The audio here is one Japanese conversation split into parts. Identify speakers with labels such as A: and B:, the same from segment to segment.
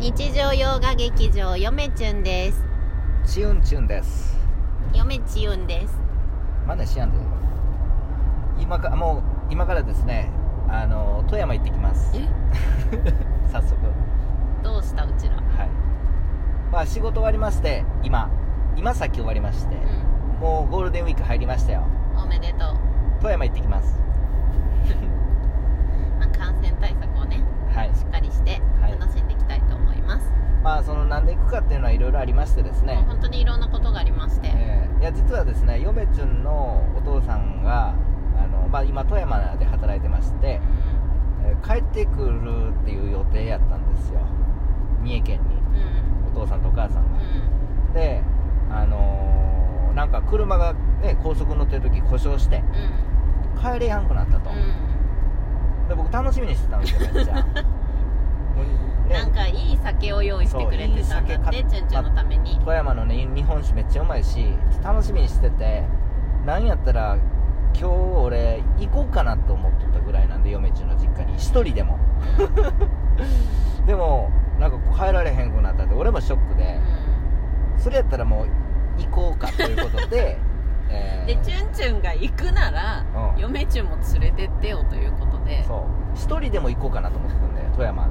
A: 日常洋画劇場よめちゅんです
B: チュンチュンです
A: よめちゅんです
B: マネしやんで今かもう今からですねあの富山行ってきます
A: え
B: 早速
A: どうしたうちら
B: はいまあ仕事終わりまして今今さっき終わりまして、
A: う
B: もうゴールデンウィーク入りましたよ
A: んおめでとう、
B: 富山行ってきます
A: まあ、感染対策をね
B: はい
A: しっかりして
B: はい
A: 楽しんでいきたいと思います、
B: まあそのなんで行くかっていうのはいろいろありましてです
A: もう
B: ね、
A: 本当にいろんなことがありまして、
B: えーいや実はですね嫁ちゅんのお父さんがあの、まあ、今富山で働いてまして、えー帰ってくるっていう予定やったんですよ三重県に
A: うんうん
B: お父さんとお母さん
A: う
B: が
A: ん
B: であのーなんか車が、ね、高速乗ってる時故障して
A: うん
B: 帰れやんくなったと、で僕楽しみにしてたんですよ めっちゃもう
A: なん
B: ね
A: かいい酒を用意してくれてたんだって
B: そういい酒買っ
A: ちゅんちゅんのために
B: 富山のね日本酒めっちゃうまいし楽しみにしててなんやったら今日俺行こうかなと思ってたぐらいなんで嫁中の実家に一人でも でもなんか帰られへんくなったって俺もショックでそれやったらもう行こうかということ で、え
A: うん
B: ー
A: でちゅんちゅんが行くなら、
B: うん
A: 嫁ちゅんも連れてってよということで
B: そう一人でも行こうかなと思ってたんで富山の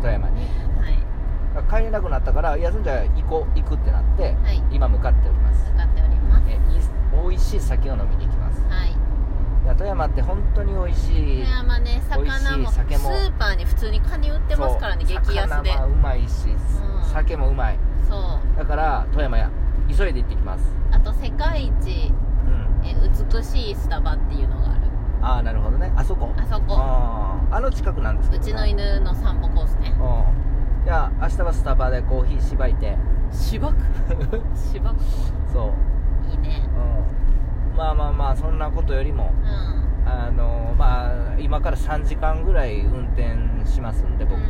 B: 富山に
A: はい
B: 帰れなくなったから休んじゃあ行こう行くってなって
A: はい
B: 今向かっております
A: 向かっております
B: えいい美味しい酒を飲みに行きます
A: はい
B: いや富山って本当に美味しい
A: 富山ね
B: 美味しい
A: 魚も
B: 酒も
A: スーパーに普通にカニ売ってますからね
B: そう
A: 激安で
B: 魚もうまいし、
A: ん
B: 酒もうまい
A: そう
B: だから富山や急いで行ってきます
A: あと世界一
B: うん
A: え美しいスタバっていうのがある
B: ああなるほどねあそこ
A: あそこ
B: あーあの近くなんですけ
A: う
B: ど、ね、
A: ちの犬の散歩コースね
B: うんじゃあ明日はスタバでコーヒーしばいて
A: しばくしばく
B: そう
A: いいね
B: うんまあまあまあそんなことよりも
A: うん
B: あのまあ今から3時間ぐらい運転しますんで僕、
A: うん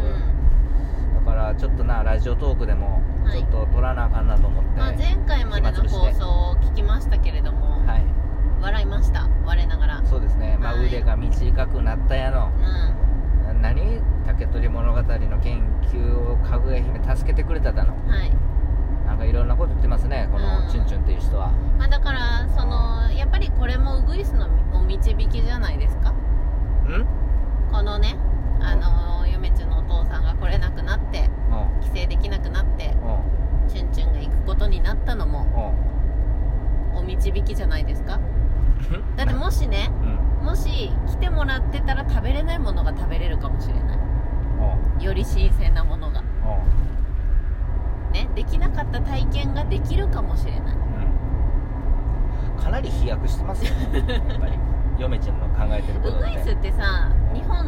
B: だからちょっとなラジオトークでも
A: はい
B: ちょっと撮らなあかんなと思って、
A: まあ、前回までの放送を聞きましたけれども、
B: はい
A: 笑いました我ながら
B: そうですね、まあ、
A: はい
B: 腕が短くなったやの
A: う
B: 何竹取物語の研究をかぐや姫助けてくれただの
A: んはい
B: なんかいろんなこと言ってますねこ
A: うん
B: のチュンチュンっていう人は、
A: まあ、だからそのやっぱりこれもウグイスのお導きじゃないですか
B: うん、うん
A: このねあの嫁ちゅんのお父さんが来れなくなって帰省できなくなって
B: う
A: チュンチュンが行くことになったのも
B: んうん
A: お導きじゃないですかだってもしね
B: うんうん
A: もし来てもらってたら食べれないものが食べれるかもしれな
B: うん
A: いより新鮮なものが
B: う
A: ねできなかった体験ができるかもしれない
B: んかなり飛躍してますよねやっぱり嫁ちゃんの考えてるこ
A: ウ
B: と
A: グイス
B: で
A: ってさ日本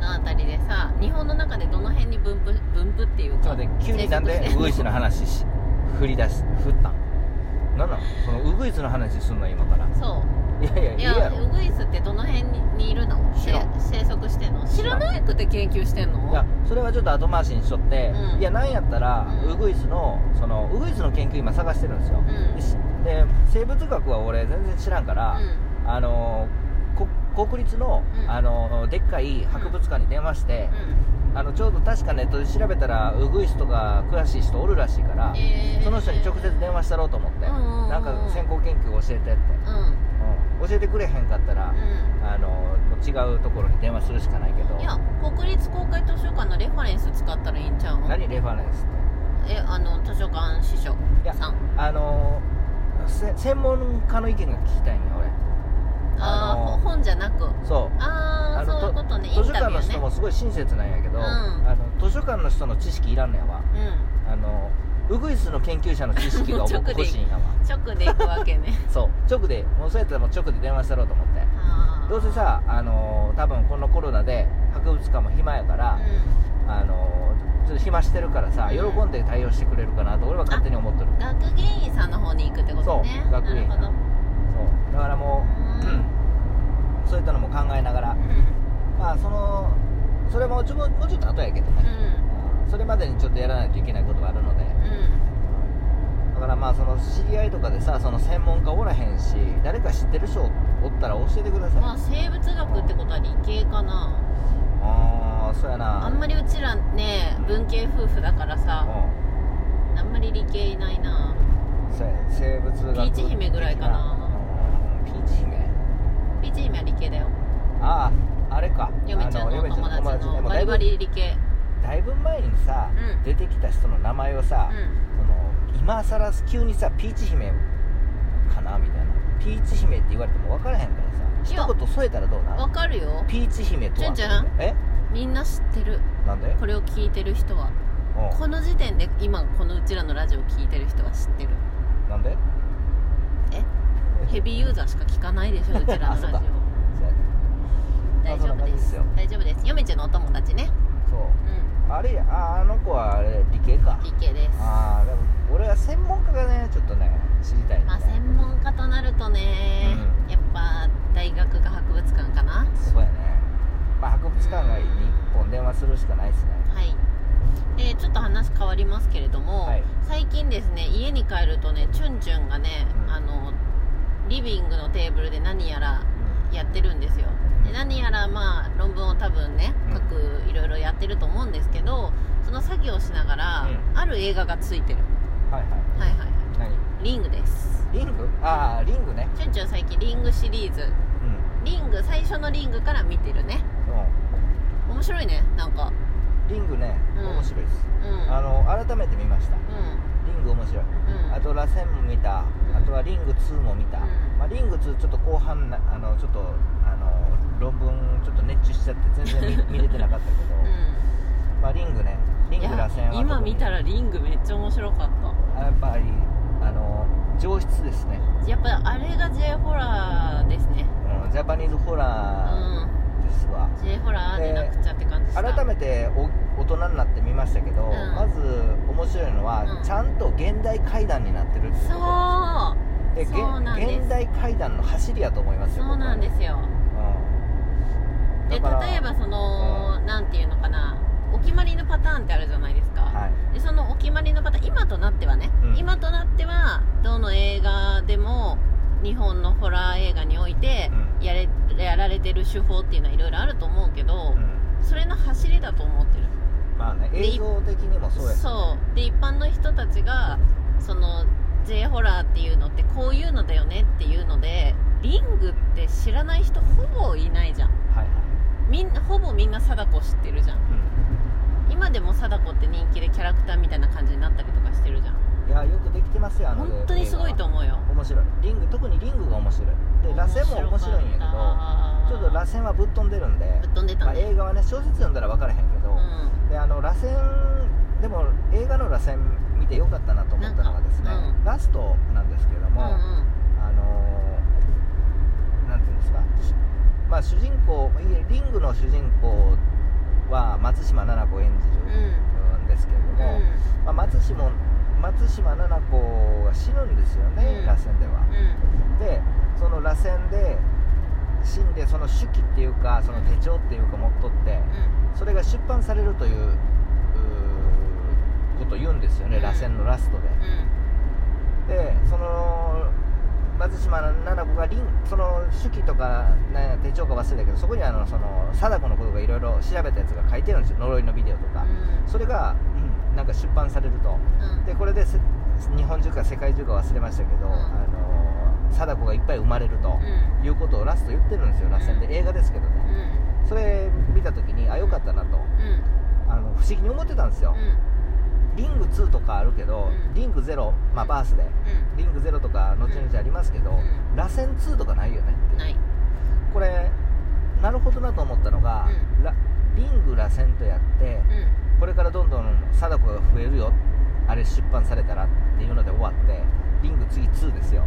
A: のあたりでさ日本の中でどの辺に分布分布っていう
B: ちょ
A: か
B: っと待って急になん
A: 生息
B: で
A: して
B: ウグイスの話し振り出し振ったんなんなんそのウグイスの話すんの今から
A: そう
B: いやいやい
A: い
B: いや
A: や
B: ろ
A: ウグイスってどの辺にいるの
B: 知らん
A: せ生息してんの知
B: 知
A: ら
B: らん
A: ないくて研究してんの
B: いやそれはちょっと後回しにしとって、
A: うん
B: いやなんやったら、
A: うん
B: ウグイスのそのウグイスの研究今探してるんですよ
A: う、ん
B: でしで生物学は俺全然知らんから、あのーこ国立の、
A: うん
B: あのーでっかい博物館に電話して、
A: う
B: あのちょうど確かネットで調べたらウグイスとか詳しい人おるらしいから
A: ん、えー
B: その人に直接電話したろうと思って、
A: うんうんうん
B: なんか先行研究教えてって、
A: うんうん
B: うん教えてくれへんかったら、あのもう違うところに電話するしかないけど
A: いや国立公開図書館のレファレンス使ったらいいんちゃう
B: 何レファレンスって
A: えあの図書館司書
B: いや
A: さん
B: あのせ専門家の意見が聞きたいんよ俺
A: あ
B: あの
A: あーほ本じゃなく
B: そう
A: ああ
B: あの
A: そういうことねイ
B: 図書
A: ンタ
B: 館
A: ビュ
B: の人
A: ー
B: も
A: ね
B: すごい親切なんやけど、
A: うん
B: あの図書館の人の知識いらんのやわ
A: うん
B: あのウグイスの研究者の知識が
A: 直
B: 僕
A: で
B: 欲しいんやわ
A: 直で行くわけ ね
B: そう直でもうそうやったらもう直で電話したろうと思って
A: あー
B: どうせさあのー多分このコロナで博物館も暇やか
A: う
B: ら、
A: ん
B: あのーちょっと暇してるからさ喜
A: うん
B: んで対応してくれるかなと俺は勝手に思っとる
A: 学芸員さんの方に行くってことね
B: そう学芸員
A: なるほど
B: そうだからもう、
A: うん
B: うん そういったのも考えながらまあそのそれもちょもうちょっと後やけどね、それまでにちょっとやらないといけないことがあるの
A: うんうん、
B: で
A: うん
B: だからまあその知り合いとかでさその専門家おらへんし誰か知ってる人おったら教えてください
A: まあ生物学ってことは理系かな
B: ああそうやな
A: あんまりうちらね文系夫婦だからさ、あんまり理系いないな
B: うんそうやね生物学的な
A: ピーチ姫ぐらいかな
B: うんピーチ姫
A: ピーチ姫は理系だよ
B: あああれか
A: 嫁ちゃんの
B: あ
A: お
B: 嫁
A: 友達
B: で
A: の
B: も
A: バ
B: だい
A: リ
B: ぶ
A: バリ理系
B: だいぶ前にさ、
A: うん
B: 出てきた人の名前をさ、
A: う
B: その今さら急にさピーチ姫かなみたいなピーチ姫って言われても分からへんか
A: い
B: ら
A: や
B: さ一言添えたらどうんな
A: わかるよ
B: ピーチ姫とは
A: 純ちゃん
B: え
A: みんな知ってる
B: なんで
A: これを聞いてる人は
B: う
A: この時点で今このうちらのラジオを聞いてる人は知ってる
B: んなんで
A: ヘビーユーザーしか聞かないでしょうちら
B: あ
A: の
B: そう
A: ラ
B: だ
A: ジオ
B: そ
A: 大丈
B: うや
A: 夫で
B: そ
A: す
B: んな感
A: 大丈夫です嫁ちゃんのお友達ね
B: そう
A: う
B: あれやああの子はあれ理系か
A: ん理系です
B: ああでも俺は専門家がねちょっとね知りたいね、
A: まあ専門家となるとね、やっぱ大学か博物館かな
B: そうやねまあ博物館がいいに一本電話するしかないですね
A: はいでちょっと話変わりますけれども、
B: はい
A: 最近ですね家に帰るとねチュンチュンがね、
B: うん
A: あのリビングのテーブルで何やら
B: う
A: やってるんですよで何やらまあ論文を多分ね
B: うん
A: 書くいろいろやってると思うんですけどその作業をしながら、ある映画がついてる
B: んはいはい
A: はいはいは
B: 何
A: いリングです
B: リングああリングね
A: チュンチュン最近リングシリーズ
B: うん
A: リング最初のリングから見てるね
B: う
A: 面白いねなんか
B: んリングね、
A: うん
B: 面白いです、
A: うん
B: あの改めて見ました
A: う
B: リング面白い
A: んうん
B: あと螺旋も見たあとはリング2も見た、
A: うん
B: まあ、リング2ちょっと後半なあのちょっとあの論文ちょっと熱中しちゃって全然 見見れてなかったけど、
A: う
B: まあリングねリ
A: ん
B: ング螺旋
A: い
B: は
A: や今見たらリングめっちゃ面白かっ
B: やっぱりあの上質ですね、
A: たやっぱあれが J ホラーですね
B: うん、ジャパニーズホ
A: う
B: ラ
A: ん
B: ーですわ、
A: J ホラーでなくちゃって感じした
B: 改めてお大人になってみましたけど、
A: うん
B: まず面白いのは、
A: うん
B: ちゃんと現代階段になってるっていう
A: そ
B: と
A: う
B: ころでげ
A: そうなんです
B: 現代階段の走りやと思いますよ、
A: そうなんですすよ
B: 僕はうん、
A: で例
B: だから
A: えばそのなんていうのかなお決まりのパターンってあるじゃないですか、
B: はい
A: でそのお決まりのパターン今となってはね、
B: うん
A: 今となってはどの映画でも日本のホラー映画において
B: う
A: やれやられてる手法っていうのはいろいろあると思うけど、
B: うん
A: それの走りだと思ってる
B: まあね
A: で
B: 映像的にもそうやし
A: そうで一般の人たちがその J ホラーっていうのってこういうのだよねっていうのでリングって知らない人ほぼいないじゃん
B: はいはい、
A: みんなほぼみんな貞子知ってるじゃん
B: う
A: 今でも貞子って人気でキャラクターみたいな感じになったりとかしてるじゃん
B: ん、いやよくできてますよあの
A: 本当にすごいと思うよ
B: 面白いリング特にリングが面白いで螺旋も面白いんやけどちょっと螺
A: ス
B: 旋はぶっ飛んでるんで
A: ぶっ飛んで
B: ま
A: た
B: あ、
A: ね、
B: 映画はね小説読んだら分からへんけど、であの螺旋でも映画の螺旋見てよかったなと思ったのがですね、
A: なんかう
B: ラストなんですけれど
A: うん
B: も、
A: うんうん
B: あのーなんていうんですか、まあ、主人公いえリングの主人公は松島菜々子演じるんですけれど
A: うん
B: も、まあ、松島松島菜々子が死ぬんですよね、
A: うん
B: 螺旋では。
A: うん
B: でその螺旋で死んでその手記っていうかその手帳っていうか持っとってそれが出版されるといううーことを言うんですよね
A: うん
B: 螺旋のラストででその松島菜々子がリンその手記とかなんや手帳か忘れたけどそこにあのその貞子のことがいろいろ調べたやつが書いてるんですよ呪いのビデオとかそれが、うんなんか出版されると
A: うんうん
B: でこれでせ日本中か世界中か忘れましたけど、
A: うん
B: あの貞子がいっぱい生まれると、
A: うん
B: いうことをラスト言ってるんですよ、螺旋
A: うん
B: で、映画ですけどね、それ見たときに、あ、よかったなと、
A: うんうん
B: あの不思議に思ってたんですよ、リング2とかあるけど、
A: うん
B: リング0、まあ、
A: うん
B: バースで、
A: う
B: リング0とか、後々ありますけど、
A: う
B: 螺旋2とかないよねってい
A: ん
B: う
A: ない
B: これ、なるほどなと思ったのが、ラリング、螺旋とやって、
A: う
B: これからどんどん貞子が増えるよ、あれ出版されたらっていうので終わって、リング次2ですよ。
A: ん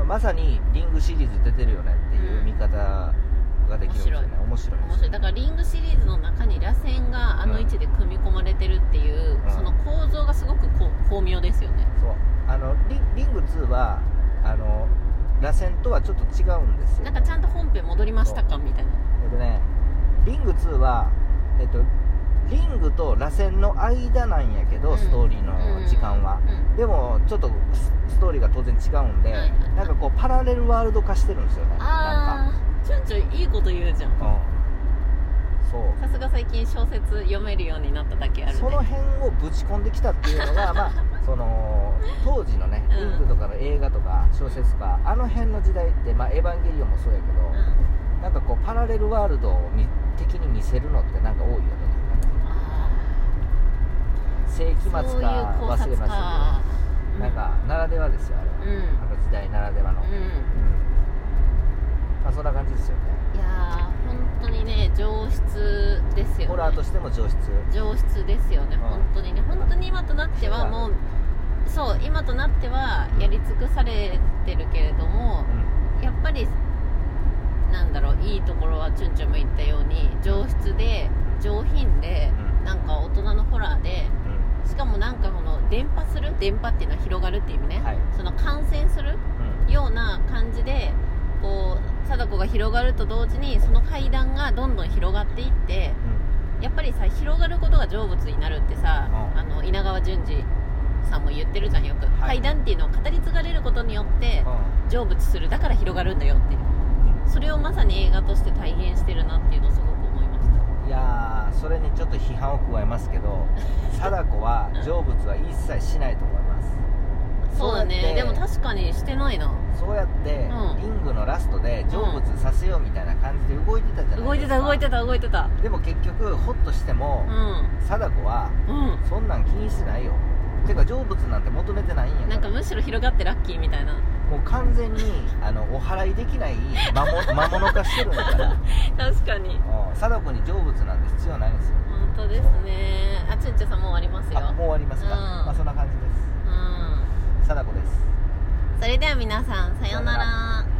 A: うん
B: まさにリングシリーズ出てるよねっていう見方ができるんですよね、面白い
A: 面白いだからリングシリーズの中に螺旋があの位置で組み込まれてるっていう、
B: うん
A: その構造がすごくこう巧妙ですよね
B: そうあのリリング2はあの螺旋とはちょっと違うんですよ
A: なんかちゃんと本編戻りましたかみたいな
B: えっとねリング2はえっとリングと螺旋の間なんやけど、
A: うん
B: ストーリーの時間は、
A: うん
B: でもちょっとスストーリーが当然違うんで、
A: はいはい
B: なんかこうパラレルワールド化してるんですよねなんか
A: ああちょんちょんいいこと言うじゃん
B: うんそう
A: さすが最近小説読めるようになっただけあるね
B: その辺をぶち込んできたっていう のがまあその当時のね
A: うん
B: リングとかの映画とか小説とかあの辺の時代って「まあ、エヴァンゲリオン」もそうやけ
A: う
B: ど、
A: ん
B: なんかこうパラレルワールドを見的に見せるのってなんか多いよね
A: あ
B: 世紀末か
A: ーそういう考
B: 忘
A: 察
B: れました
A: か
B: けどなんかならではですよあれは
A: うん、う
B: あの時代ならではの、うん
A: ん
B: まあ、そんな感じですよね
A: いやー本当にね上質ですよ
B: ホラー
A: ね
B: としても上質
A: 上質ですよね
B: うん
A: 本当にね本当に今となってはもうそう今となってはやり尽くされてるけれども
B: うん
A: やっぱりなんだろういいところはチュンチュンも言ったように上質で上品で
B: うん
A: なんか大人のホラーで
B: うん
A: しかもなんかこの伝播する伝播っていうのは広がるっていう意味ね、
B: はい
A: その感染する
B: うん
A: ような感じでこう貞子が広がると同時にその階段がどんどん広がっていってやっぱりさ広がることが成仏になるってさ、
B: うん
A: あの稲川淳二さんも言ってるじゃんよく、
B: はい
A: 階段っていうのは語り継がれることによって
B: うん
A: 成仏するだから広がるんだよっていう
B: うん
A: それをまさに映画として体現してるなっていうのをすごく思いました
B: いやーそれにちょっと批判を加えますけ ど貞子は成仏は一切しないと思います
A: そうだねで
B: そうやっ
A: も
B: て
A: 確かにしてないな
B: そうやって、
A: うん
B: リングのラストで成仏させようみたいな感じで動いてたじゃな
A: 動
B: い
A: い
B: で
A: て
B: すか
A: た動いてた動いてた
B: たでも結局ホッとしても
A: う、ん
B: 貞子は
A: うん
B: そんなん気にしてないよてか成仏なんて求めてないんやから
A: なんかむしろ広がってラッキーみたいな
B: もう完全にあのお祓いできない魔 物魔物化してるんだから
A: 確かに
B: うん貞子に成仏なんて必要ないんですよ
A: 本当ですねあちゅんちゅさんもう終わりますよ
B: あもう終わりますか、
A: うん
B: まあそんな感じで
A: うん
B: す貞子です
A: それでは皆さんさような
B: さよう
A: ら